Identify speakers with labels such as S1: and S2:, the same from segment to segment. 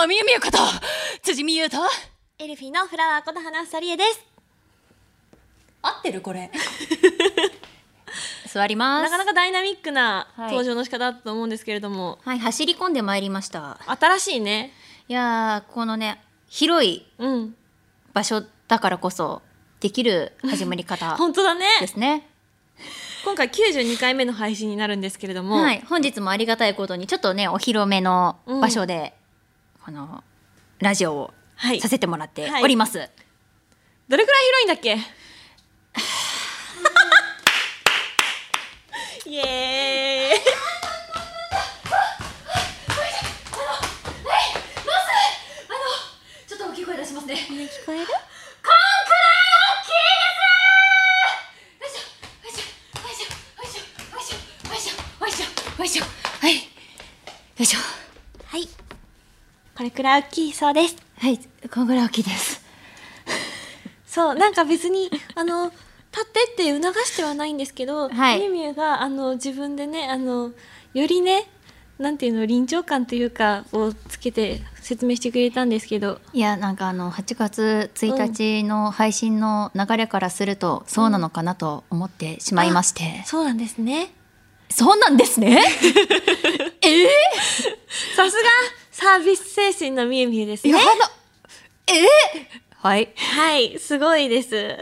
S1: あみゆみゆこと辻美優と
S2: エルフィーのフラワーこと花さりえです。
S1: 合ってるこれ 座ります
S2: なかなかダイナミックな
S1: はい
S2: 登場の仕方だったと思うんですけれども、
S1: はい走り込んでまいりました
S2: 新しいね。
S1: いやーこのね広い
S2: うん。
S1: 場所だからこそできる始まり方
S2: 本当だね。
S1: ですね
S2: 今回92回目の配信になるんですけれども、
S1: はい本日もありがたいことにちょっとねお披露目の場所で、このラジオを
S2: はい
S1: させてもらっております、
S2: どれくらい広いんだっ けイエーイ
S1: ちょっと大きい声出しますね
S2: 聞こえる
S1: はい。よいしょ。
S2: はい。これくらい大きいそうです。
S1: はい。こんぐらい大きいです。
S2: そう、なんか別に、あの、 立ってって促してはないんですけど、
S1: はい
S2: みゆみゆが、あの、自分でね、あの、よりね、なんていうの、臨場感というか、をつけて説明してくれたんですけど、
S1: いや、なんかあの、8月1日の配信の流れからすると、そうなのかなと思ってしまいまして。
S2: そうなんですね。
S1: そうなんですね ええ
S2: さすが、サービス精神のみゆみゆです
S1: い
S2: ね
S1: や。あのええはい。
S2: はい、すごいです。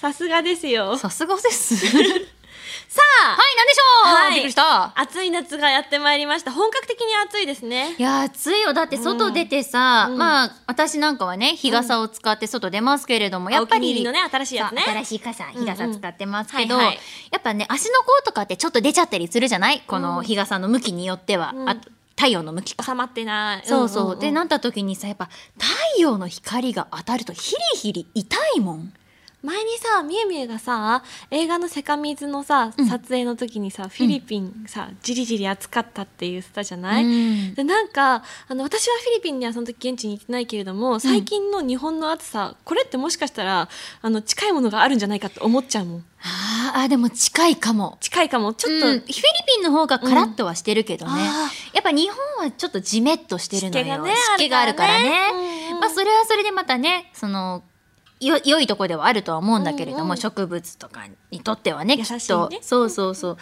S2: さすがですよ。
S1: さすが です。さあ、はい、なんでしょう、
S2: はい
S1: びっくりした。
S2: 暑い夏がやってまいりました。本格的に暑いですね
S1: い。やー暑いよだって外出てさ、
S2: うん
S1: まあ私なんかはね日傘を使って外出ますけれども、やっぱ
S2: お気に入
S1: り
S2: りのね、新しいやつね
S1: そう。新しい傘日傘使ってますけど、
S2: うんうんはいはい
S1: やっぱね足の甲とかってちょっと出ちゃったりするじゃないこの日傘の向きによっては、
S2: うん
S1: あ太陽の向きか。
S2: 収まってない。
S1: そうそう,、
S2: んんん
S1: でなった時にさやっぱ太陽の光が当たるとヒリヒリ痛いもん。
S2: 前にさみえみえがさ映画の「セカミズ」のさ、
S1: うん
S2: 撮影の時にさフィリピンさ、じりじり暑かったって言ってたじゃない、
S1: うん
S2: でなんかあの私はフィリピンにはその時現地に行ってないけれども最近の日本の暑さこれってもしかしたらあの近いものがあるんじゃないかって思っちゃうもん
S1: あーあーでも近いかも。
S2: 近いかもちょっと、
S1: うんフィリピンの方がカラッとはしてるけどね、
S2: うんあ
S1: やっぱ日本はちょっとジメッとしてるのよ
S2: 湿気がね
S1: 湿気があるからね
S2: うんうん
S1: まあそれはそれでまたねそのよ良いとこではあるとは思うんだけれども、
S2: うんうん
S1: 植物とかにとってはねき
S2: 優
S1: っ
S2: しいね
S1: と、そうそうそう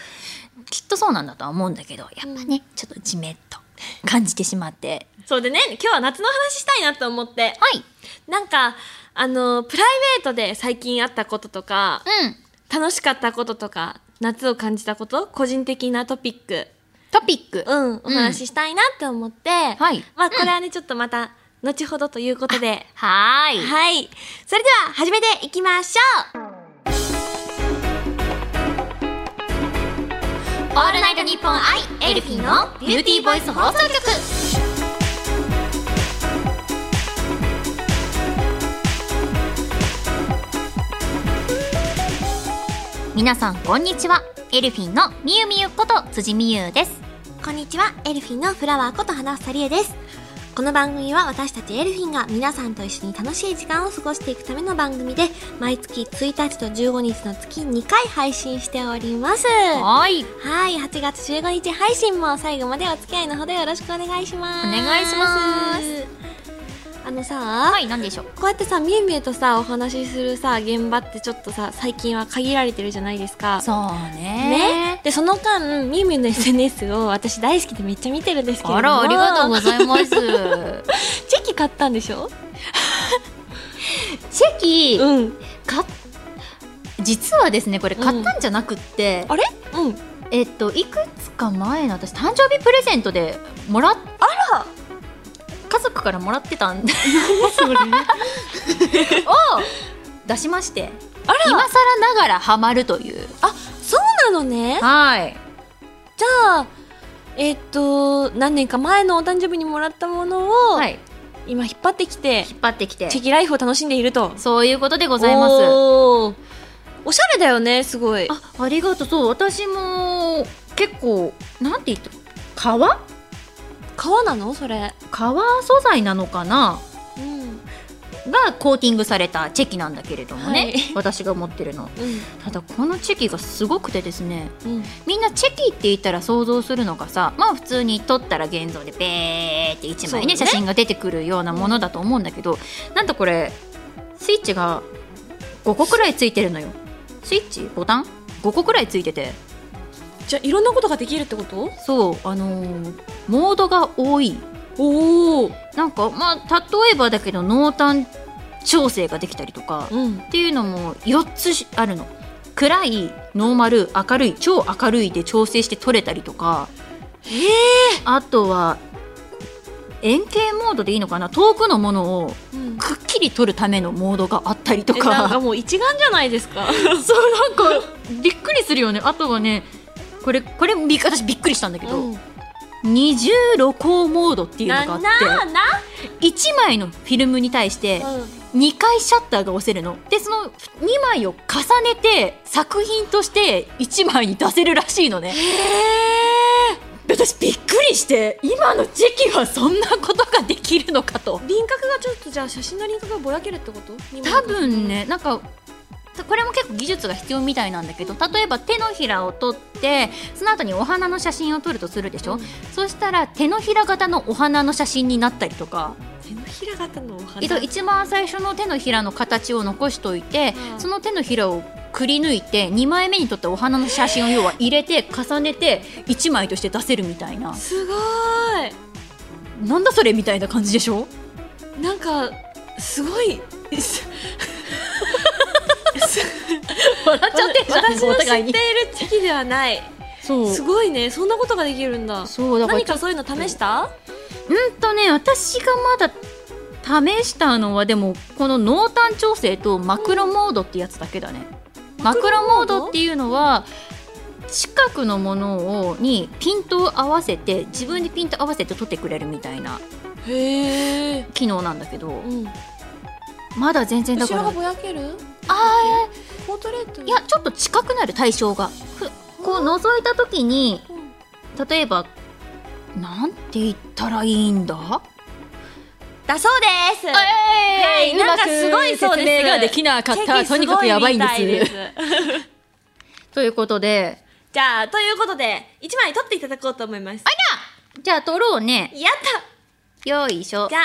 S1: きっとそうなんだとは思うんだけどやっぱね、ちょっとジメッと感じてしまって
S2: そうでね今日は夏の話したいなと思って
S1: はい
S2: なんかあのプライベートで最近あったこととか
S1: うん
S2: 楽しかったこととか夏を感じたこと個人的なトピック
S1: トピック、
S2: うん、お話ししたいなって思って、
S1: はい
S2: まあこれはね、ちょっとまた後ほどということで、
S1: はーい
S2: はい。それでは始めていきましょう
S1: オールナイトニッポンアイエルフィンのビューティーボイス放送局皆さんこんにちはエルフィンのみゆみゆこと辻みゆです
S2: こんにちは、エルフィンのフラワーこと花さりえです。この番組は私たちエルフィンが皆さんと一緒に楽しい時間を過ごしていくための番組で、毎月1日と15日の月2回配信しております。は
S1: はい
S2: い、8月15日配信も最後までお付き合いのほどよろしくお願いします。。
S1: お願いします
S2: あのさ、
S1: はいなんでしょう
S2: こうやってさみゆみゆとさお話しするさ現場ってちょっとさ最近は限られてるじゃないですか。
S1: そう
S2: ね
S1: ね、
S2: でその間みゆみゆの SNS を私大好きでめっちゃ見てるんですけれども
S1: あらありがとうございます
S2: チェキ買ったんでしょ
S1: チェキ
S2: うん
S1: 買っ実はですねこれ
S2: うん
S1: 買ったんじゃなくって、
S2: あれうん
S1: えっと、いくつか前の私誕生日プレゼントでもらっあ
S2: ら
S1: 家族からもらってたんでを 出しまして
S2: あら
S1: 今更ながらハマるという
S2: そうなのね
S1: はい
S2: じゃあえっと何年か前のお誕生日にもらったものを、
S1: はい
S2: 今引っ張ってきて
S1: 引っ張ってきて
S2: チェキライフを楽しんでいると
S1: そういうことでございます
S2: おーおしゃれだよねすごい
S1: あありがとうそう私も結構なんて言った革
S2: 革なのそれ
S1: 革素材なのかな
S2: うん
S1: がコーティングされたチェキなんだけれどもね、
S2: はい
S1: 私が持ってるの
S2: う
S1: ただこのチェキがすごくてですね
S2: んうん
S1: みんなチェキって言ったら想像するのがさまあ普通に撮ったら現像でベーって1枚ね
S2: そうね
S1: 写真が出てくるようなものだと思うんだけどなんとこれスイッチが5個くらいついてるのよスイッチボタン5個くらいついてて
S2: じゃあいろんなことができるってこと
S1: そうあのーモードが多い
S2: おお
S1: なんかまあ例えばだけど濃淡調整ができたりとか
S2: うん
S1: っていうのも4つしあるの暗いノーマル明るい超明るいで調整して撮れたりとか
S2: へえ
S1: あとは円形モードでいいのかな遠くのものを
S2: うん
S1: くっきり撮るためのモードがあったりと
S2: えなんか
S1: か
S2: もう一眼じゃないです か
S1: そうなんかびっくりするよねあとはねこれこれび私びっくりしたんだけど、
S2: うん
S1: 二重露光モードっていうのがあ
S2: な
S1: っ
S2: なな
S1: て1枚のフィルムに対して2回シャッターが押せるのでその2枚を重ねて作品として1枚に出せるらしいのね私びっくりして今の時期はそんなことができるのかと
S2: 輪郭がちょっとじゃあ写真の輪郭がぼやけるってこと
S1: 多分ねなんかたこれも結構技術が必要みたいなんだけど例えば手のひらを取ってその後にお花の写真を撮るとするでしょ、
S2: うん
S1: そしたら手のひら型のお花の写真になったりとか
S2: 手のひら型のお花
S1: えっと一番最初の手のひらの形を残しといて、
S2: うん
S1: その手のひらをくり抜いて2枚目に撮ったお花の写真を要は入れて重ねて1枚として出せるみたいな
S2: すご
S1: なんだそれみたいな感じでしょ
S2: いなんかすごい
S1: 笑っちゃってんじゃん
S2: 私の
S1: お
S2: 知って
S1: 互い
S2: いる
S1: に
S2: 時期ではない
S1: そう
S2: すごいねそんなことができるんだ
S1: そうだから
S2: 何かそういうの試した
S1: うんとね私がまだ試したのはでもこの濃淡調整とマクロモードってやつだけだね、マクロモードっていうのは近くのものをにピントを合わせて自分でピント合わせて撮ってくれるみたいな
S2: へえ
S1: 機能なんだけど
S2: うん
S1: まだ全然だ
S2: 後
S1: か
S2: ろが
S1: ら
S2: ぼやける
S1: あ
S2: ポートレート
S1: ーいやちょっと近くなる対象がふこう覗いた時に
S2: うん
S1: 例えばなんて言ったらいいんだ
S2: だそうです
S1: はい
S2: なんかすごいそうです
S1: 説明ができなかっ
S2: チェ
S1: た
S2: キすご
S1: とにかくやばいんで
S2: みた
S1: すということで
S2: じゃあということで一枚取っていただこうと思います
S1: じゃあ撮ろうね
S2: やった
S1: よいしょ
S2: じゃあ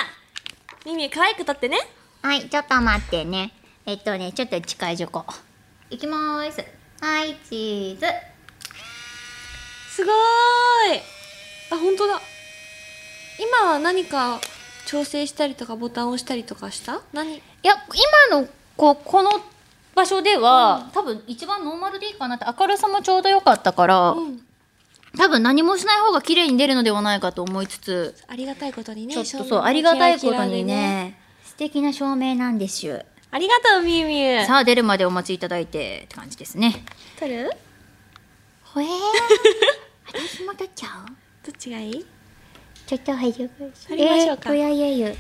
S2: ミミ可愛く取ってね
S1: はいちょっと待ってねえっとねちょっと近いじょこいきまーすはいチーズ
S2: すごーいあ本当だ今は何か調整したりとかボタンを押したりとかした何
S1: いや今のここの場所では、多分一番ノーマルでいいかなって明るさもちょうど良かったから、
S2: うん
S1: 多分何もしない方が綺麗に出るのではないかと思いつつ、
S2: ありがたいことにね
S1: ちょっと
S2: 照
S1: そ
S2: 明
S1: う
S2: も
S1: ありがたいこと
S2: キラキラで
S1: にね素敵な照明なんですよ
S2: ありがとうミミュ
S1: さあ出るまでお待ちいただいてって感じですね
S2: 取る
S1: ほえ ー、私も取っちゃう
S2: どっちがいい
S1: ちょっと入る
S2: 取りましょうか
S1: えーやゆゆ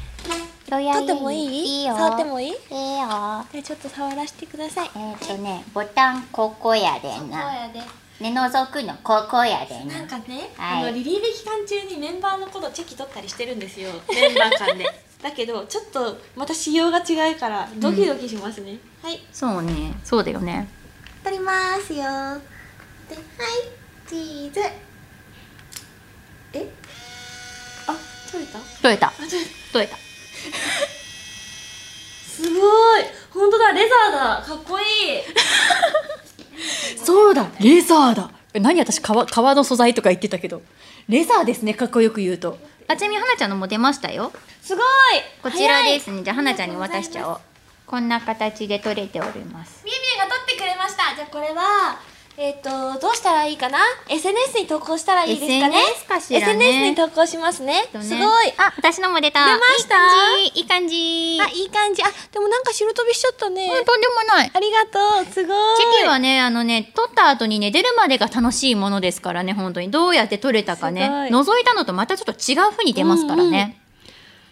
S1: とや
S2: 取ってもいい
S1: いいよ
S2: 触ってもいい
S1: いいよ
S2: じゃあちょっと触らせてください
S1: えーっ、とねボタンここやで
S2: そう
S1: な
S2: やで
S1: ね覗くのここやで
S2: な
S1: な
S2: んかね、
S1: はい
S2: あのリリーベ期間中にメンバーのことチェキ取ったりしてるんですよメンバ ー間でだけどちょっとまた仕様が違うからドキドキしますね、はい
S1: そうねそうだよね
S2: 取りますよではいチーズえあ取れたあ
S1: 取れた
S2: 取れた
S1: 取れた
S2: すごい本当だレザーだかっこいい
S1: そうだレザーだ何私革革の素材とか言ってたけどレザーですねかっこよく言うとあちなみに花ちゃんのも出ましたよ
S2: すごい
S1: こちらです
S2: 早い
S1: ねじゃあ花ちゃんに渡しちゃおうこんな形で取れております
S2: みゆみゆが撮ってくれましたじゃあこれはえっ、とどうしたらいいかな SNS に投稿したらいいですかね
S1: SNS かしらね
S2: SNS に投稿しますね
S1: とね
S2: すごい
S1: あ私のも出た
S2: 出ました
S1: いい感じいい
S2: あ
S1: 感じ
S2: いい感じあでもなんか白飛びしちゃったね、
S1: うんとんでもない
S2: ありがとうすごい
S1: チェキはねあのね取った後にね出るまでが楽しいものですからね本当にどうやって取れたかね
S2: すご
S1: 覗いたのとまたちょっと違う風に出ますからね、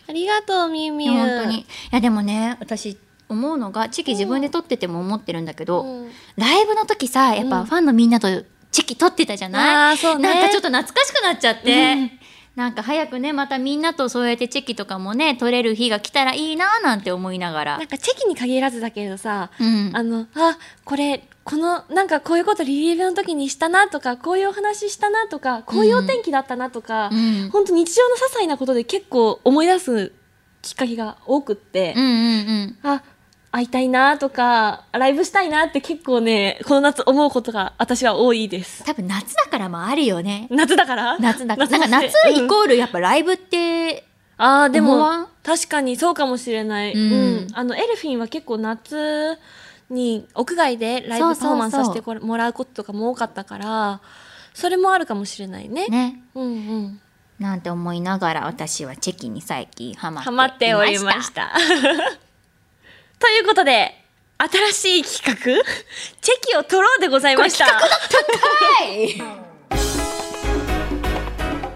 S2: ありがとうみゆみゆ
S1: いや本当にいやでもね私思うのがチェキ自分で取ってても思ってるんだけど、
S2: うん
S1: ライブの時さやっ
S2: う
S1: ぱ
S2: ん
S1: ファンのみんなとチェキ取ってたじゃない、
S2: あーそうね
S1: なんかちょっと懐かしくなっちゃって、なんか早くねまたみんなとそうやってチェキとかもね取れる日が来たらいいなーなんて思いながら
S2: なんかチェキに限らずだけれどさ、
S1: うん
S2: あのあこれこのなんかこういうことリリーベの時にしたなとかこういうお話したなとかこういうお天気だったなとか、
S1: うん
S2: 本当日常の些細なことで結構思い出すきっかけが多くって、
S1: うんうんうん
S2: あ会いたいなとかライブしたいなって結構ねこの夏思うことが私は多いです
S1: 多分夏だからもあるよね
S2: 夏 だから
S1: 夏だからなん
S2: だ
S1: か
S2: し
S1: 夏イコールやっぱライブって
S2: うんあーで
S1: 思
S2: も
S1: わん
S2: 確かにそうかもしれない、
S1: うん
S2: うんあのエルフィンは結構夏に屋外でライ
S1: そう
S2: ブ
S1: そうそう
S2: パフォーマンスさせてこれもらうこととかも多かったからそれもあるかもしれないね
S1: ね
S2: うんうん
S1: なんて思いながら私はチェキに最近ハマって
S2: ハマっておりま
S1: い
S2: した。 ということで、新しい企画、チェキを取ろうでございました。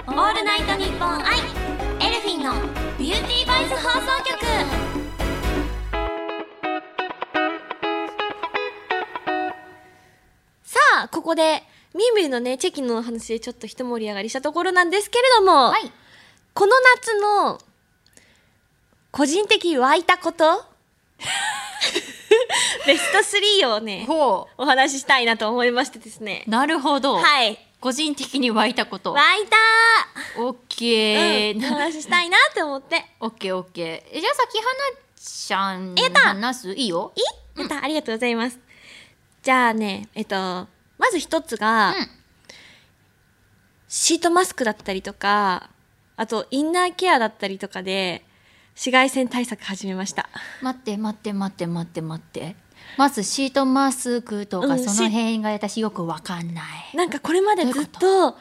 S1: オールナイトニッポンアイエルフィンのビューティーバイス放送局
S2: さあ、ここで、みゆみゆのね、チェキのお話でちょっと一盛り上がりしたところなんですけれども、
S1: はい
S2: この夏の、個人的湧いたこと ベスト3をね、
S1: ほ
S2: お話ししたいなと思いましてですね
S1: う。なるほど、
S2: はい。
S1: 個人的に湧いたこと
S2: 湧いた
S1: オッ
S2: ー、
S1: ケー、
S2: うん、お話ししたいなって 思って。
S1: オッケーオッケーえじゃあ先花ちゃん
S2: やった
S1: 話すいいよ
S2: いやった、ありがとうございます。じゃあね、えっと、まず一つが、
S1: うん
S2: シートマスクだったりとか、あと、インナーケアだったりとかで、紫外線対策始めました。
S1: 待って待って待って待って待ってまずシートマスクと
S2: う
S1: か
S2: ん
S1: その辺が私よくわかんない、
S2: なんかこれまで
S1: どうい
S2: ず
S1: う
S2: っ
S1: こと
S2: と、フ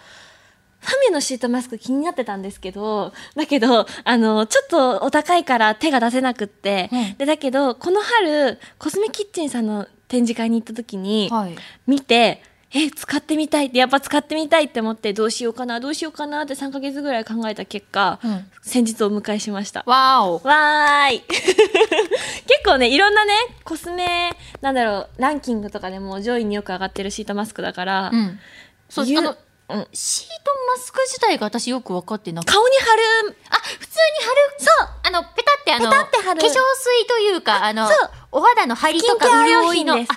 S2: ァミのシートマスク気になってたんですけど、だけど、あの、ちょっとお高いから手が出せなくって、
S1: うん
S2: で、だけど、この春、コスメキッチンさんの展示会に行った時に、
S1: はい
S2: 見てえ使ってみたいってやっぱ使ってみたいって思ってどうしようかなどうしようかなって3ヶ月ぐらい考えた結果、
S1: うん
S2: 先日お迎えしました
S1: わお
S2: わーい 結構ねいろんなねコスメなんだろうランキングとかでも上位によく上がってるシートマスクだから、
S1: うんそう
S2: ゆ
S1: あの
S2: うん
S1: シートマスク自体が私よく分かってなくて
S2: 顔に貼る
S1: あ普通に貼るそうあのペタってあの
S2: ペタって貼る
S1: 化粧水というかあの
S2: そう
S1: お肌の張りと
S2: スキン
S1: か
S2: ケア用
S1: 潤い
S2: 品
S1: のあ
S2: で
S1: の
S2: す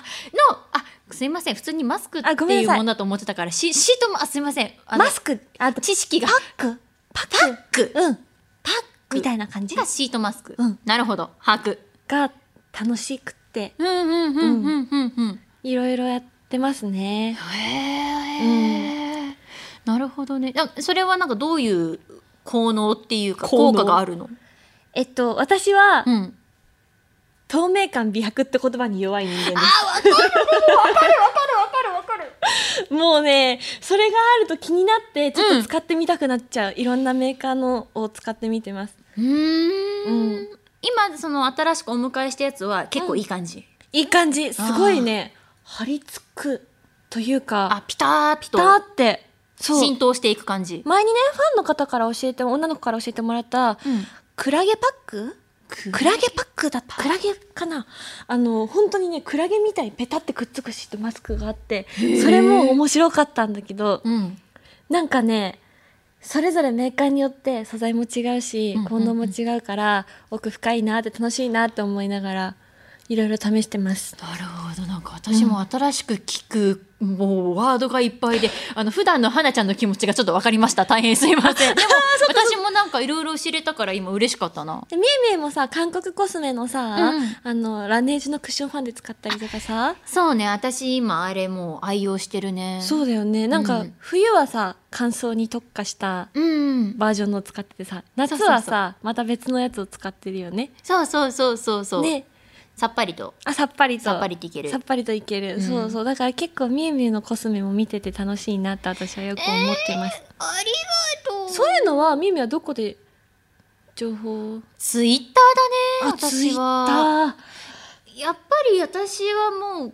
S1: あすいません普通にマスクっ
S2: あごめん
S1: て
S2: ないさいう
S1: ものだと思ってたからシシートマあすいませんあの
S2: マスクあと
S1: 知識が
S2: パックパックうんパックみたいな感じ
S1: がシートマスク、
S2: うん
S1: なるほど把握
S2: が楽しくって
S1: うんうんうんうんうんうん
S2: いろいろやってますね
S1: へえ、なるほどねあそれはなんかどういう効能っていうか
S2: 効
S1: 効
S2: 能
S1: 果があるの
S2: えっと私は、
S1: うん
S2: 透明感美白って言葉に弱い人間ですもうね、それがあると気になって、ちょっと使ってみたくなっちゃう。いろんなメーカーのを使ってみてます。
S1: うーん
S2: うん
S1: 今その新しくお迎えしたやつは結構いい感じ、
S2: いい感じ。すごいね。張り付くというか、
S1: あピターッ
S2: ピタ
S1: と
S2: って。そう。
S1: 浸透していく感じ、
S2: 前にね、ファンの方から教えても、女の子から教えてもらった、
S1: うん、
S2: クラゲパッククラゲパックだった。クラゲかなあの、本当にね、クラゲみたいにペタってくっつくしってマスクがあって、それも面白かったんだけど、
S1: うん
S2: なんかねそれぞれメーカーによって素材も違う
S1: う
S2: し
S1: んうんうん
S2: 効能も違うから奥深いなって楽しいなって思いながらいろいろ試してます
S1: なるほどなんか私も新しく聞く、もうワードがいっぱいであの普段の花ちゃんの気持ちがちょっと分かりました大変すい ませんでも私もなんかいろいろ知れたから今嬉しかったな
S2: でみえみえもさ韓国コスメのさ、
S1: うん
S2: あのラネージュのクッションファンデ使ったりとかさ
S1: そうね私今あれもう愛用してるね
S2: そうだよねなんか、
S1: うん
S2: 冬はさ乾燥に特化した
S1: うん
S2: バージョンのを使っててさ夏はさまた別のやつを使ってるよね
S1: そうそうそうそうそう、
S2: ね
S1: さっぱりと
S2: あさっぱりと
S1: さっぱりといける
S2: さっぱりといける、
S1: うん
S2: そうそうだから結構みゆみゆのコスメも見てて楽しいなって私はよく思ってます、
S1: ありがとう
S2: そういうのはみゆみゆはどこで情報
S1: ツイッターだね
S2: あツイ
S1: 私
S2: ッ
S1: は
S2: ター
S1: やっぱり私はもう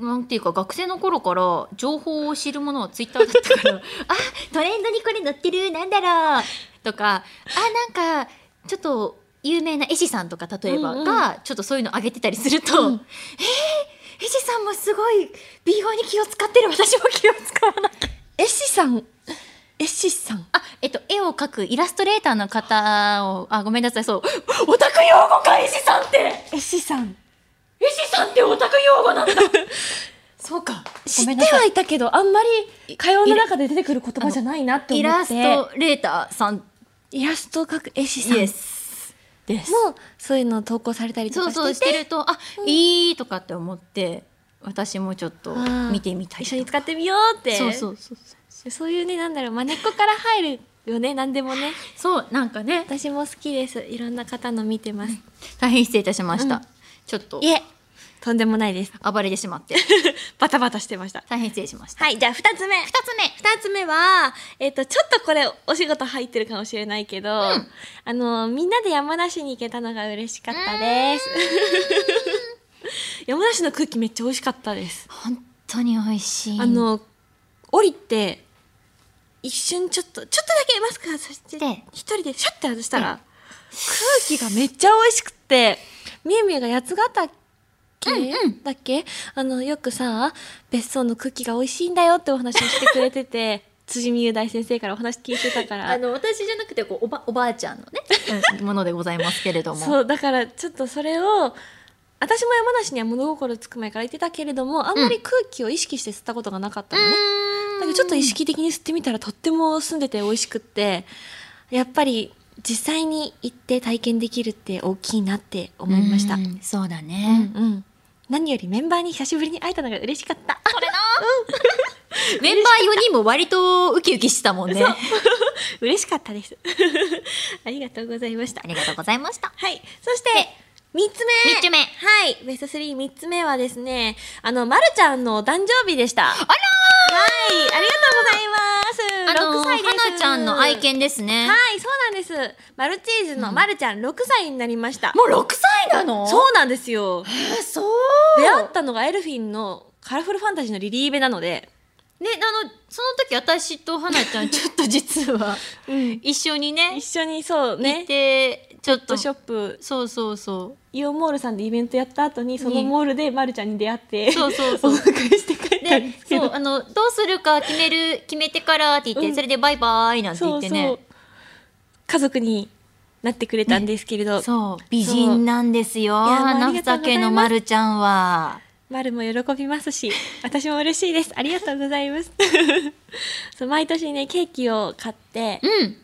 S1: うんなんていうか学生の頃から情報を知るものはツイッターだったから あトレンドにこれ載ってるなんだろうとかあなんかちょっと有名な絵師さんとか例えば
S2: うんうん
S1: がちょっとそういうの上げてたりすると、
S2: うん
S1: えー絵師さんもすごい美容に気を使ってる私も気を使わなきゃ
S2: エシさんエシさん
S1: あえっと、絵を描くイラストレーターの方を、あ、ごめんなさい、そう。 オタク用語か、絵師さんって
S2: 絵師さん
S1: 絵師さんってオタク用語なんだ そうか。
S2: 知っ
S1: ごめん
S2: て
S1: なさい
S2: はいたけどあんまり会話の中で出てくる言葉じゃないなって思って
S1: イラストレーターさん
S2: イラストを描く絵師さん
S1: で
S2: も
S1: す。です。
S2: そういうのを投稿されたりと
S1: そう
S2: かして
S1: そう
S2: て
S1: してると、あ、いいとかって思って、私もちょっと
S2: あー
S1: 見てみたい。
S2: 一緒に使
S1: っ
S2: ってみようって
S1: そうそうそうそう。
S2: そういうねなんだろうまねっこから入るよね何でもね
S1: そう、なんかね、
S2: 私も好きですいろんな方の見てます
S1: 大変失礼いたしました。
S2: うん
S1: ちょっと
S2: いえとんでもないです
S1: 暴れてしま って、
S2: バタバタしてました
S1: 大変失礼しました。
S2: はいじゃあ二つ目
S1: 二つ目。
S2: 二つ目は、えっと、ちょっとこれお仕事入ってるかもしれないけど、
S1: ん
S2: あのみんなで山梨に行けたのが嬉しかったです 山梨の空気めっちゃ美味しかったです
S1: 本当に美味しい。
S2: あ、の降りて一瞬ちょっとちょっとだけマスク外して
S1: で
S2: 一人でシャッて外したら、
S1: うん
S2: 空気がめっちゃ美味しくってみゆみゆが八ヶ岳
S1: うんうん
S2: だっけあのよくさ別荘の空気が美味しいんだよってお話をしてくれ てて辻美優大先生からお話聞いてたから
S1: あの私じゃなくてこうおばおばあちゃんのね、ものでございますけれども。
S2: そうだからちょっとそれを私も山梨には物心つく前から行ってたけれどもあんまり空気を意識して吸ったことがなかったのね、だけどちょっと意識的に吸ってみたらとっても住んでて美味しくってやっぱり実際に行って体験できるって大きいなって思いました
S1: う
S2: うん
S1: ん。そうだね。
S2: うん何よりメンバーに久しぶりに会えたのが嬉しか った
S1: これな。メンバー4人も割とウキウキしてたもんね。
S2: 嬉しかったです ありがとうございました
S1: ありがとうございました。
S2: はいそして3つ目
S1: 三つ目
S2: はいベスト33つ目はですねあの、ま、るちゃんのお誕生日でしたあらはいありがとうございます6歳です
S1: はなちゃんの愛犬ですね。
S2: はい、そうなんです。マルチーズのマルちゃん、6歳になりました。
S1: もう6歳なのう
S2: そうなんですよ。
S1: そう。
S2: 出会ったのがエルフィンのカラフルファンタジーのリリーベなので、
S1: ね、あの、その時私とはなちゃん、ちょっと実は、 一緒にね、
S2: 一緒にそう
S1: 行っ
S2: ね、
S1: て、ちょっ
S2: フォト
S1: と、
S2: ショップ、
S1: そうそうそ
S2: イオンモールさんでイベントやった後に、その
S1: ね
S2: モールでマルちゃんに出会って、
S1: う。そうそう
S2: お
S1: そう。
S2: 迎えして帰った
S1: で
S2: んで、すけ
S1: そう、
S2: ど。
S1: あの、どうするか決める、決めてからって言って、
S2: うん
S1: それでバイバーイなんて言
S2: そ
S1: っ
S2: う
S1: て
S2: そう
S1: ね。。
S2: 家族になってくれたんですけれど、
S1: そう、美人なんですよ。
S2: そういやもうあ
S1: 花
S2: りがとうござ
S1: 咲
S2: います
S1: のまるちゃんは。
S2: マルも喜びますし、私も嬉しいです。ありがとうござ います。そう毎年ね、ケーキを買って、
S1: うん。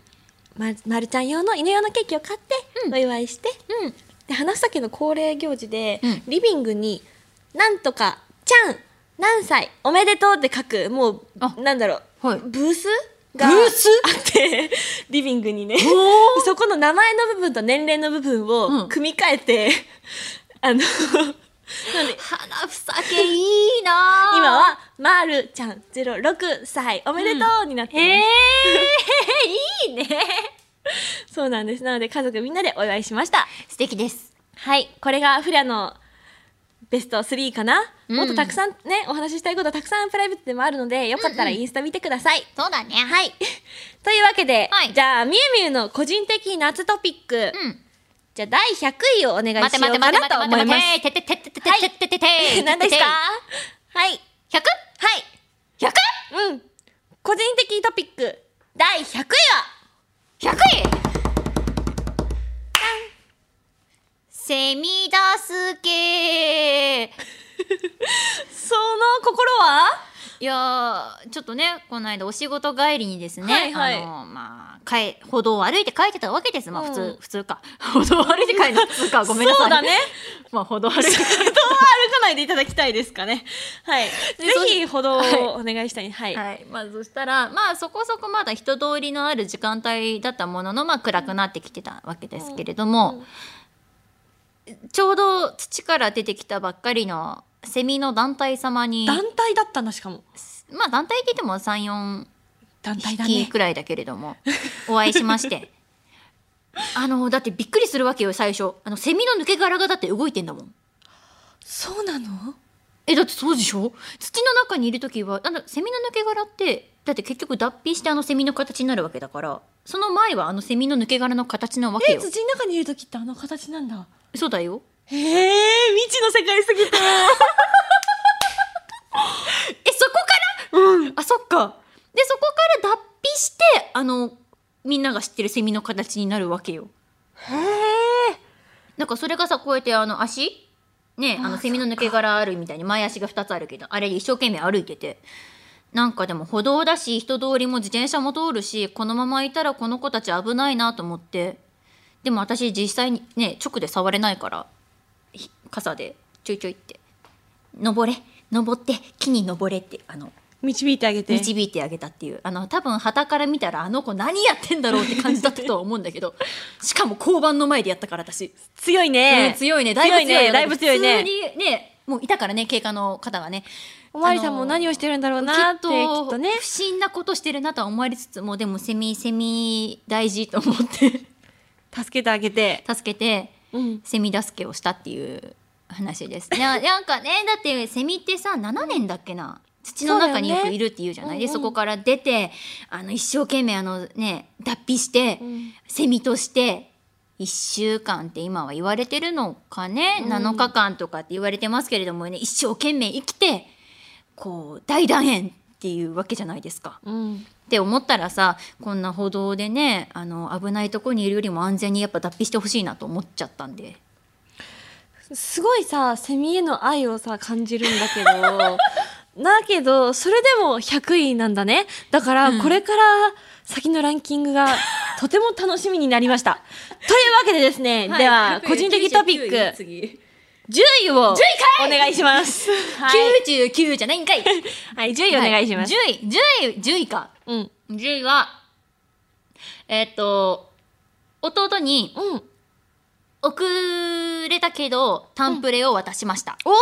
S2: ま、まるちゃん用の犬用のケーキを買って
S1: うん
S2: お祝いして、
S1: うん。
S2: で花咲の恒例行事で、
S1: うん
S2: リビングに「なんとかちゃん何歳おめでとう」って書くも
S1: あ
S2: うなんだろう、
S1: はい
S2: ブースが
S1: ブース
S2: あってリビングにね
S1: お
S2: そこの名前の部分と年齢の部分
S1: う
S2: を
S1: ん
S2: 組み替えて、 あのなんで
S1: 花ふさけいいな
S2: 今は「まるちゃん06歳おめでとう」になってます、
S1: へえ いいね
S2: そうなんですなので家族みんなでお祝いしました
S1: 素敵です
S2: はい、これがフレアのベスト3かな、
S1: うん
S2: もっとたくさんねお話ししたいことたくさんプライベートでもあるのでよかったらインスタ見てください、
S1: そうだね
S2: はいというわけで、
S1: はい
S2: じゃあみゆみゆの個人的夏トピック、
S1: うん
S2: じゃあ第100位をお願いしよ
S1: 待て待て
S2: うか
S1: 待て
S2: なと
S1: 待て
S2: 思いま
S1: 待
S2: す
S1: ててててててててててて
S2: 何ですかはいはい
S1: 百百
S2: うん個人的トピック第100位は
S1: 百位セミダスケ
S2: その心はい
S1: やーちょっとねこの間お仕事帰りにですね、
S2: はいはい
S1: あのまあかえ歩道を歩いて帰ってたわけですまあ普通、
S2: うん
S1: 普通か 歩道を歩いて帰るの普通 かごめんなさい
S2: そうだね
S1: まあ歩道を歩いて帰
S2: 歩道を歩かないでいただきたいですかねはいぜ
S1: そう
S2: ひ歩道
S1: はい
S2: をお願いしたいはい、
S1: はい、まあそしたらまあそこそこまだ人通りのある時間帯だったもののまあ暗くなってきてたわけですけれども、ちょうど土から出てきたばっかりのセミの団体様に
S2: 団体だったんだしかも
S1: まあ団体って言っても34
S2: 団体だ
S1: 匹
S2: ね
S1: くらいだけれども、お会いしま して。あのだってびっくりするわけよ最初あのセミの抜け殻がだって動いてんだもん
S2: そうなの
S1: えだってそうでしょ土の中にいる時はあのセミの抜け殻ってだって結局脱皮してあのセミの形になるわけだからその前はあのセミの抜け殻の形なわけ
S2: え
S1: よ
S2: 土の中にいる時ってあの形なんだ
S1: そうだよ
S2: へえ未知の世界すぎ
S1: え
S2: た
S1: そこからあそっかでそこから脱皮してあのみんなが知ってるセミの形になるわけよ
S3: へえ
S1: なんかそれがさこうやってあの足ねあのセミの抜け殻あるみたいに前足が2つあるけどあれ一生懸命歩いててなんかでも歩道だし人通りも自転車も通るしこのままいたらこの子たち危ないなと思ってでも私実際にね直で触れないからひ傘でちょいちょいって「登れ登って木に登れ」ってあの
S2: 導いてあげて
S1: 導いてあげたっていうあの多分旗から見たらあの子何やってんだろうって感じだったとは思うんだけどしかも交番の前でやったから私。
S2: 強いね、
S1: うん強いねだいぶ強い
S2: 強いねだいぶ強い
S1: 普
S2: ね
S1: 通にねもういたからね警官の方がね
S2: おまわりさんも何をしてるんだろうなってきっとね
S1: 不審なことしてるなとは思われつつもでもセミセミ大事と思って
S2: 助けてあげて、
S1: 助けて
S2: うん、
S1: セミ助けをしたっていう話ですねなん かねだってセミってさ7年だっけな土の中によくいるっていうじゃない、
S2: そうだよね
S1: でそこから出てあの一生懸命あのね脱皮して、
S2: ん
S1: セミとして1週間って今は言われてるのかね、
S2: うん
S1: 7日間とかって言われてますけれどもね一生懸命生きてこう大団円っていうわけじゃないですか。
S2: うん、
S1: って思ったらさこんな歩道でねあの危ないとこにいるよりも安全にやっぱ脱皮してほしいなと思っちゃったんで。
S2: すごいさセミへの愛をさ感じるんだ けどだけどそれでも100位なんだねだから
S1: うん
S2: これから先のランキングがとても楽しみになりましたというわけでですね、では個人的トピック10
S1: 次
S2: 位を
S1: 回
S2: お願いします、はい
S1: 99じゃないんかい
S2: はい、10位お願いします、
S1: はい10位10位10位か
S2: うん
S1: 10位はえーっと弟に
S2: うん
S1: 遅れたけどタンプレを渡しました、
S2: おお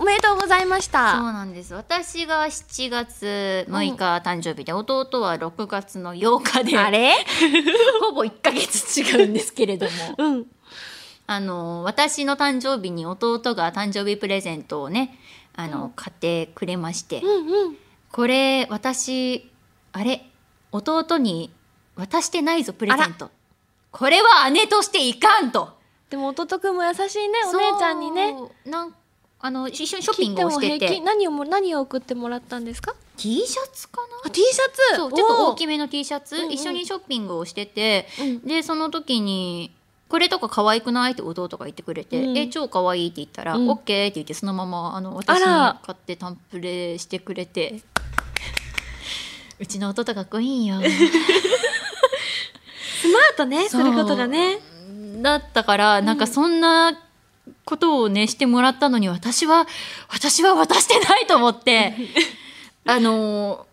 S2: おめでとうございまし
S1: そう
S2: た
S1: なんです私が7月6日誕生日で、弟は6月の8日で
S2: あれ
S1: ほぼ1ヶ月違うんですけれども
S2: うん
S1: あの私の誕生日に弟が誕生日プレゼントをねあの、買ってくれまして、
S2: うんうん
S1: これ私あれ弟に渡してないぞプレゼントこれは姉としていかんと
S2: でも弟くんも優しいねお姉ちゃんにね
S1: そうなんあの一緒にショッピ
S2: 切
S1: ン
S2: って
S1: グをし
S2: も
S1: て
S2: 平
S1: て
S2: 気何をも何を送ってもらったんですか
S1: T シャツか
S2: あ T シ
S1: な
S2: ャツ
S1: そうちょっと大
S2: い
S1: きめの T シャツ、
S2: うんうん
S1: 一緒にショッピングをしてて、
S2: うん
S1: でその時に「これとか可愛くない?」って弟が言ってくれて「
S2: うん
S1: え超可愛いって言ったら「
S2: うん
S1: オッケーって言ってそのままあの私に
S2: あら
S1: 買ってタンプレしてくれて うちの弟かっこいいんよ。
S2: スマートねす
S1: そう
S2: ることがね
S1: だったから、なんかそんなことをねしてもらったのに私は私は渡してないと思って あの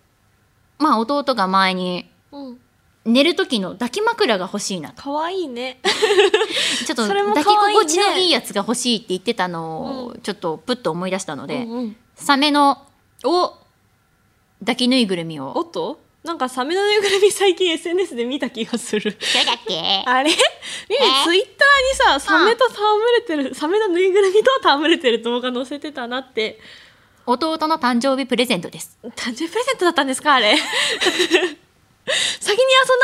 S1: ーまあ弟が前に
S2: うん
S1: 寝る時の抱き枕が欲しいなと
S2: 可愛いね
S1: ちょっと
S2: それも可
S1: 抱
S2: 愛いね
S1: き心地のいいやつが欲しいって言ってたのを、ちょっとプッと思い出したので、
S2: うんうん
S1: サメの
S2: お
S1: 抱きぬいぐるみ
S2: お
S1: を
S2: っとなんかサメのぬいぐるみ最近 SNS で見た気がする
S1: どうだって
S2: あれミミツイッターにさサメと戯れてるサメのぬいぐるみと戯れてる動画載せてたなって
S1: 弟の誕生日プレゼントです
S2: 誕生日プレゼントだったんですかあれ先に遊んだ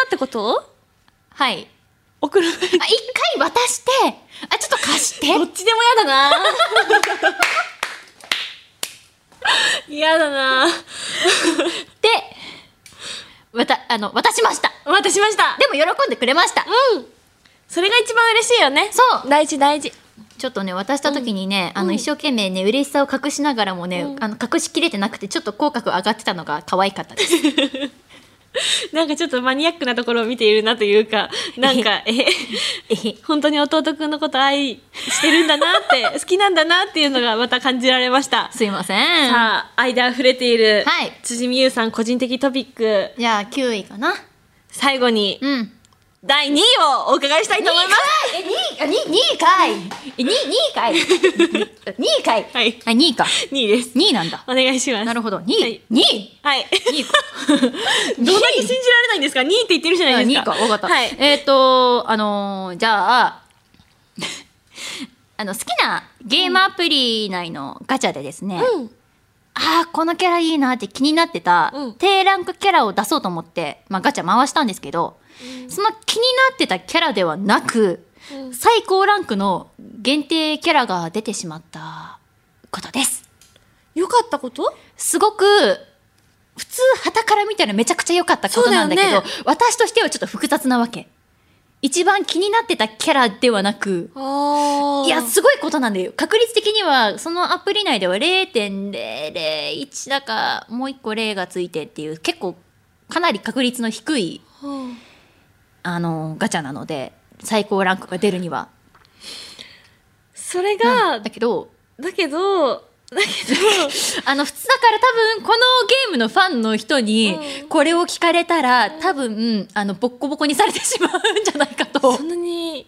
S2: ってこと
S1: はい
S2: 送る前に
S1: あ一回渡してあちょっと貸して
S2: どっちでも嫌だな 嫌だな
S1: で、わた、あの、渡しました。
S2: お待たせしました
S1: でも喜んでくれました。
S2: うんそれが一番嬉しいよね
S1: そう
S2: 大事大事
S1: ちょっとね、渡した時にね、あ
S2: う
S1: の、
S2: ん
S1: 一生懸命ね、嬉しさを隠しながらもね、あの、隠しきれてなくて、ちょっと口角上がってたのが可愛かったです。
S2: なんかちょっとマニアックなところを見ているなとい うかなんかえ
S1: えへ
S2: 本当に弟くんのこと愛してるんだなっ て好きなんだなっていうのがまた感じられました
S1: すいません。
S2: さあ愛で溢れている、
S1: はい
S2: 辻美優さん個人的トピック
S1: じゃあ、9位かな。
S2: 最後に
S1: うん。
S2: 第2位をお伺いしたいと思います
S1: え、2位、あ、2位かい。え、2位、2位 かい。2位かい。
S2: はい
S1: あ、2位か。
S2: 2位です
S1: 2位なんだ。
S2: お願いします
S1: なるほど。2
S2: は
S1: 位
S2: い。
S1: 2位。
S2: はい
S1: 2位か。
S2: どんだけ信じられないんですか2位って言ってるじゃないですか
S1: あ二位か、わかった。
S2: はい
S1: えっ、と、あのーじゃあ、 あの、好きなゲームアプリ内のガチャでですね、
S2: うん
S1: ああ、このキャラいいなって気になってた、
S2: うん
S1: 低ランクキャラを出そうと思って、まあガチャ回したんですけど、その気になってたキャラではなく、
S2: うん
S1: 最高ランクの限定キャラが出てしまったことです。
S2: よかったこと
S1: すごく、
S4: 普通旗から見たらめちゃくちゃ良かったことなんだけ
S2: そう
S4: ど
S2: だよ
S4: 私としてはちょっと複雑なわけ一番気になってたキャラではなく
S2: あー
S4: いやすごいことなんだよ確率的にはそのアプリ内では0.001だかもう一個0がついてっていう結構かなり確率の低い
S2: うん
S4: あのガチャなので最高ランクが出るには。
S2: それが、
S4: だけど
S2: だけど、だけど、
S4: あの普通だから多分このゲームのファンの人に
S2: うん
S4: これを聞かれたら多分あのボッコボコにされてしまうんじゃないかと
S2: そんなに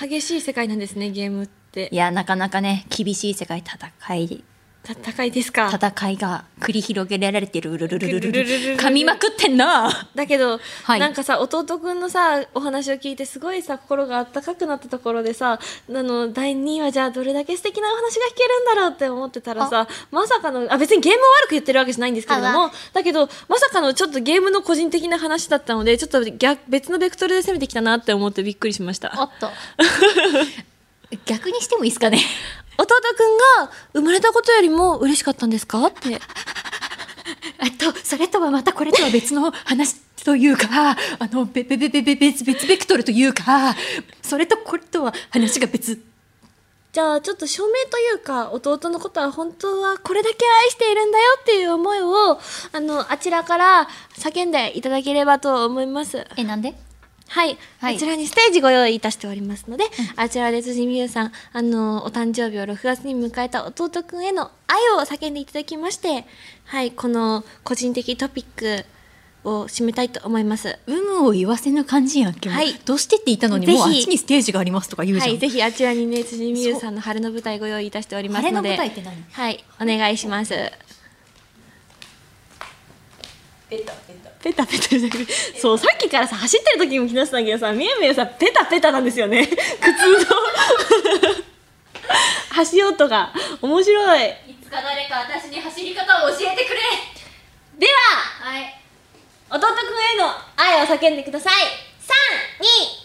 S2: 激しい世界なんですね、ゲームって
S4: い。やなかなかね厳しい世界戦い
S2: た高いですか。
S4: 戦いが繰り広げられてるるるるるるる
S2: るるるるる
S4: 噛みまくってんな
S2: だけど、
S4: はい
S2: なんかさ弟くんのさお話を聞いてすごいさ心が温かくなったところでさあの第2位はじゃあどれだけ素敵なお話が聞けるんだろうって思ってたらさまさかのあ別にゲームを悪く言ってるわけじゃないんですけれど
S4: あ
S2: もだけどまさかのちょっとゲームの個人的な話だったのでちょっと逆別のベクトルで攻めてきたなって思ってびっくりしました
S4: っと 逆にしてもいいですか ね
S2: 弟くんが生まれたことよりも嬉しかったんですかって
S4: あとそれとはまたこれとは別の話というかあのべべべべべ別別ベクトルというかそれとこれとは話が別
S2: じゃあちょっと証明というか弟のことは本当はこれだけ愛しているんだよっていう思いをあのあちらから叫んでいただければと思います
S4: えなんで
S2: はい、
S4: はい
S2: あちらにステージご用意いたしておりますので、あちらで辻美優さんあのお誕生日を6月に迎えた弟くんへの愛を叫んでいただきましてはいこの個人的トピックを締めたいと思います
S4: 有無を言わせぬ感じやんけ、もう
S2: はい
S4: どうしてって言ったのに
S2: ぜひ
S4: もうあっちにステージがありますとか言うじ
S2: は
S4: ゃん、
S2: い、ぜひあちらにね辻美優さんの晴れの舞台ご用意いたしておりますの
S4: 晴れの舞
S2: で
S4: 台って何
S2: はいお願いしますペタペタじゃなくてそうさっきからさ走ってる時も気になってたんだけどさみゆみゆさペタペタなんです よね靴の 走り音が面白い
S4: いつか誰か私に走り方を教えてくれ
S2: では
S4: はい
S2: 弟くんへの愛を叫んでください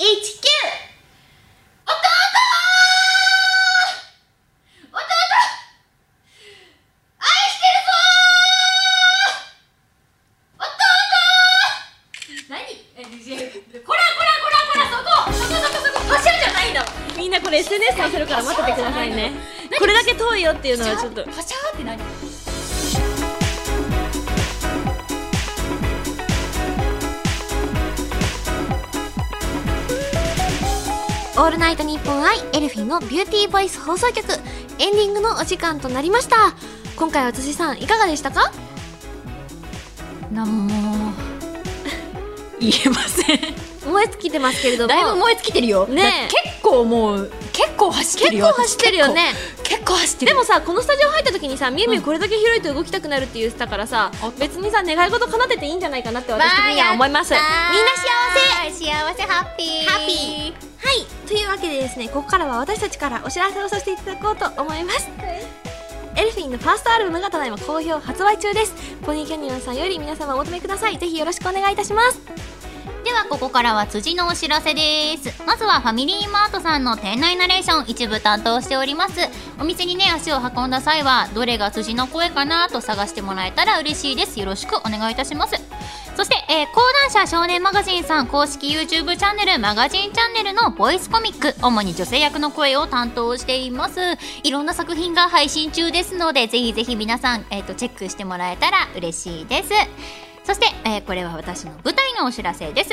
S5: 3219
S4: 何えこらこらこらこらそこそこそこそこパシャじゃないんだ
S2: みんなこれ SNS 載せるから待っててくださいねこれだけ遠いよっていうのはちょっと
S4: パシャーって何
S5: オールナイトニッポンアイエルフィンのビューティーボイス放送局エンディングのお時間となりました今回は辻さんいかがでしたか
S4: なんも言えません
S5: 燃え尽きてますけれども
S4: だいぶ燃え尽きてるよ
S5: ねえ
S4: だ結構もう結構走ってるよ
S5: 結構走ってるよね
S4: 結構結構走ってる
S2: でもさこのスタジオ入った時にさみゆみゆ
S4: うん
S2: これだけ広いと動きたくなるって言ってたからさ、別にさ願い事叶ってていいんじゃないかなって私的には思います、
S5: みんな幸
S4: せ幸せハッピー
S5: ハッピーはいというわけでですねここからは私たちからお知らせをさせていただこうと思いますエルフィンのファーストアルバムがただいま好評発売中ですポニーキャニオンさんより皆様お求めくださいぜひよろしくお願いいたします
S1: ではここからは辻のお知らせですまずはファミリーマートさんの店内ナレーション一部担当しておりますお店にね足を運んだ際はどれが辻の声かなと探してもらえたら嬉しいですよろしくお願いいたしますそして、えー講談社少年マガジンさん公式 YouTube チャンネルマガジンチャンネルのボイスコミック主に女性役の声を担当していますいろんな作品が配信中ですのでぜひぜひ皆さん、えー、とチェックしてもらえたら嬉しいですそして、えーこれは私の舞台のお知らせです。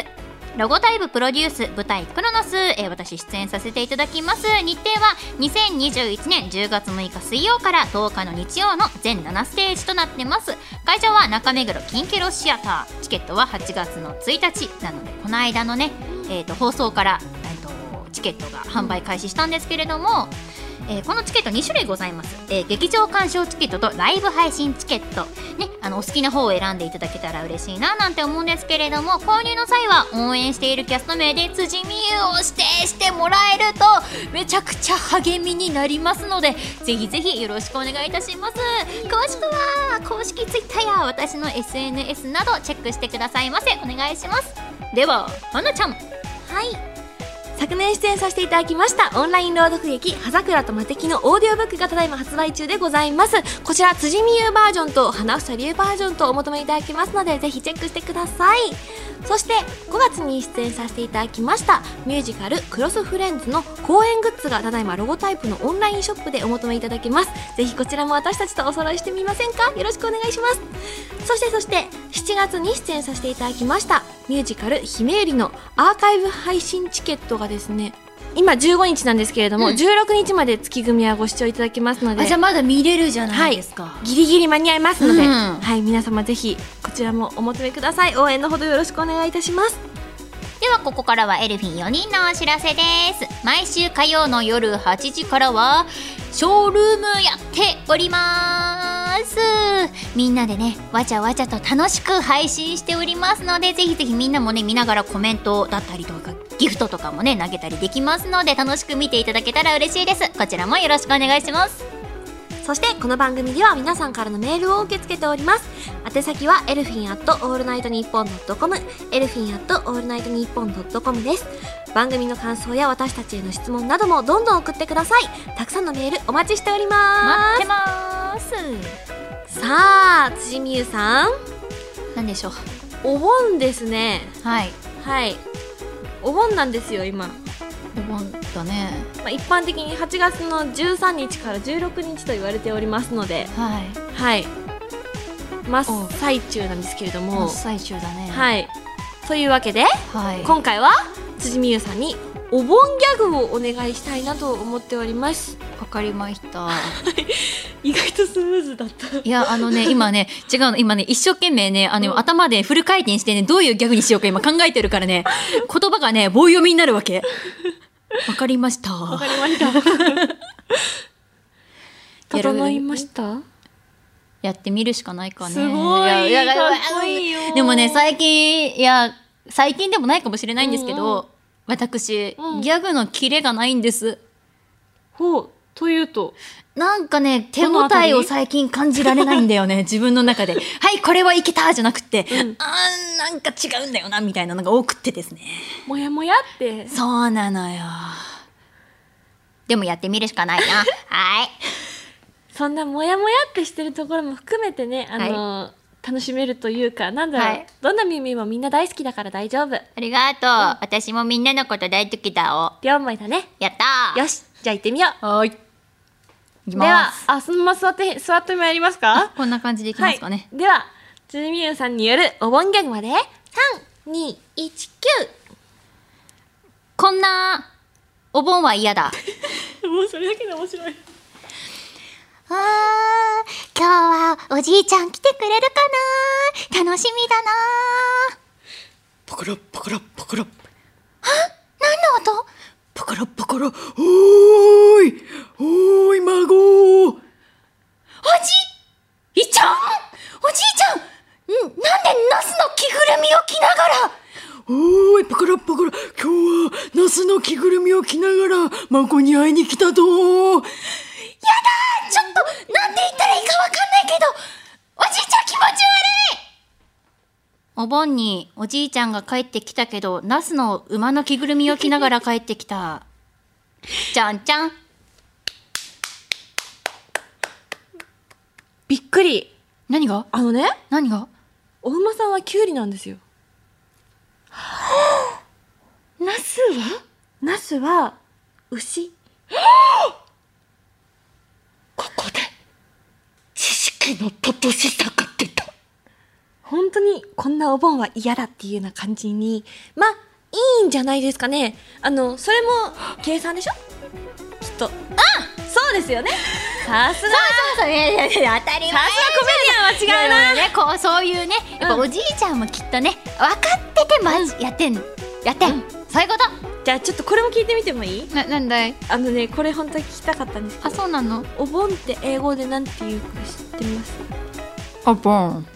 S1: ロゴタイププロデュース舞台クロノス、えー私出演させていただきます日程は2021年10月6日水曜から10日の日曜の全7ステージとなってます会場は中目黒キンケロシアターチケットは8月の1日なのでこの間のね、えー、と放送から、えー、とチケットが販売開始したんですけれども、えーこのチケット2種類ございます、えー劇場鑑賞チケットとライブ配信チケット、ね、あのお好きな方を選んでいただけたら嬉しいななんて思うんですけれども購入の際は応援しているキャスト名で辻美優を指定してもらえるとめちゃくちゃ励みになりますのでぜひぜひよろしくお願いいたします詳しくは公式 Twitter や私の SNS などチェックしてくださいませお願いしますでははなちゃん
S5: はい
S2: 昨年出演させていただきましたオンライン朗読劇「葉桜と魔敵」のオーディオブックがただいま発売中でございますこちら辻美優バージョンと花房理恵バージョンとお求めいただけますのでぜひチェックしてくださいそして5月に出演させていただきましたミュージカル「クロスフレンズ」の公演グッズがただいまロゴタイプのオンラインショップでお求めいただけますぜひこちらも私たちとお揃いしてみませんかよろしくお願いしますそしてそして7月に出演させていただきましたミュージカル「ひめゆり」のアーカイブ配信チケットがですね今15日なんですけれども、
S6: うん
S2: 16日まで月組はご視聴いただけますので
S6: あじゃあまだ見れるじゃないですか、
S2: ギリギリ間に合いますので、
S6: うん
S2: はい皆様ぜひこちらもお求めください応援のほどよろしくお願いいたします
S1: ではここからはエルフィン4人のお知らせです毎週火曜の夜8時からはショールームやっておりますみんなでねわちゃわちゃと楽しく配信しておりますのでぜひぜひみんなもね見ながらコメントだったりとかギフトとかもね投げたりできますので楽しく見ていただけたら嬉しいですこちらもよろしくお願いします
S2: そしてこの番組では皆さんからのメールを受け付けております宛先はエルフィンアットオールナイトニッポンドットコムエルフィンアットオールナイトニッポンドットコムです番組の感想や私たちへの質問などもどんどん送ってくださいたくさんのメールお待ちしておりま
S1: 待ってます
S2: すさあ辻美優さん
S1: なんでしょう
S2: お盆ですね
S1: はい
S2: はいお盆なんですよ今
S1: お盆だね
S2: まあ、一般的に8月の13日から16日と言われておりますので、
S1: はい
S2: はい、真っ最中なんですけれど
S1: 真
S2: も
S1: っ、最中だね
S2: はい、というわけで
S1: はい
S2: 今回は辻美優さんにお盆ギャグをお願いしたいなと思っております
S1: わかりました
S2: 意外とスムーズだった
S6: いや、あの ね、今ね、違うの、今ね、一生懸命ね、あの、頭でフル回転してね、どういうギャグにしようか今考えてるから ね、言葉がね、棒読みになるわけ。わかりました。
S2: わかりまし た
S6: やる
S2: 整いました
S6: やってみるしかないかね。
S2: すごい
S6: やや
S2: かっこいいよ
S6: でもね、最近、いや、最近でもないかもしれないんですけど、
S2: うんうん
S6: 私、
S2: うん
S6: ギャグのキレがないんです。
S2: ほうというと
S6: なんかね、手
S2: どの
S6: 応
S2: あたり
S6: えを最近感じられないんだよ ね、自分の中で。はい、これはいけたじゃなくて、あー、なんか違うんだよな、みたいなのが多くってですね。
S2: もやもやって
S6: そうなのよ。
S1: でもやってみるしかないなはい
S2: そんなモヤモヤってしてるところも含めてね、あの楽しめるというか、なんだろう、
S1: はい
S2: どんな耳もみんな大好きだから大丈夫。
S1: ありがとう。私もみんなのこと大好きだお。
S2: 両思いだね。
S1: やったー
S2: よし、じゃあ行ってみよう。
S6: はい。いき
S2: では
S6: ま、す。
S2: あ、そのまま座って、座ってまいりますか
S6: こんな感じでいきますかね。
S2: はい、では、辻美優さんによるお盆ギャグまで、3、2、1、
S1: こんな、お盆は嫌だ。
S2: 9。もうそれだけで面白い。
S1: あー、今日はおじいちゃん来てくれるかな楽しみだな
S6: パカラパカラパカラ
S1: 何の音
S6: パカラパカラ。おーいおーい孫ー
S1: おじいちゃんおじいちゃんんなんでナスの着ぐるみを着ながら
S6: おーいパカラパカラ。今日はナスの着ぐるみを着ながら孫に会いに来たぞー。
S1: ちょっと、なんて言ったらいいかわかんないけど、おじいちゃん気持ち悪いお盆におじいちゃんが帰ってきたけど、ナスの馬の着ぐるみを着ながら帰ってきた。じゃんじゃん。
S2: びっくり。
S6: 何が
S2: あのね、
S6: 何が
S2: お馬さんはキュウリなんで すよ。ナスはナスは牛。
S6: ここで知識の尊さが出た。
S2: 本当にこんなお盆は嫌だっていうような感じに、まあ、いいんじゃないですかね。あの、それも計算でしょきっと。あそうですよね。さすが、
S1: そうそう、いやいやいや当たり
S2: さすがコメディアンは違うな。
S1: 前。違うね、こう、そういうね、やっぱ
S2: うん
S1: おじいちゃんもきっとね、分かってて、まじ、やってん、やってん。そういうこ
S2: じゃあちょっとこれも聞いてみてもいい
S1: と。な、なんだい
S2: あのね、これ本当に聞きたかったんですけど、
S1: そうなの
S2: お盆って英語でなんて言うか知ってます
S6: あ、ボン。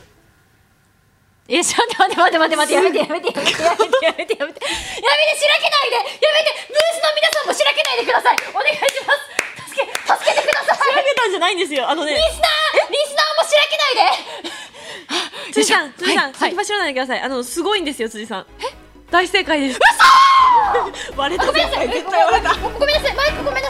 S1: いや、ちょっと待って待って待って待って、やめてやめてやめてやめてやめてやめてやめ て、しらけないでやめてブースの皆さんもしらけないでくださいお願いします助け、助けてください
S2: けたんじゃないんですよ。あのね、
S1: リスナーリスナ ーもしらけないで
S2: 辻さん、辻さ
S6: は
S2: ん、
S6: い
S2: 先走らないでください。あの、すごいんですよ、辻さん。え大正解です。
S7: 割れた絶対絶対割れた
S1: ごめんなさいマイクごめんなさい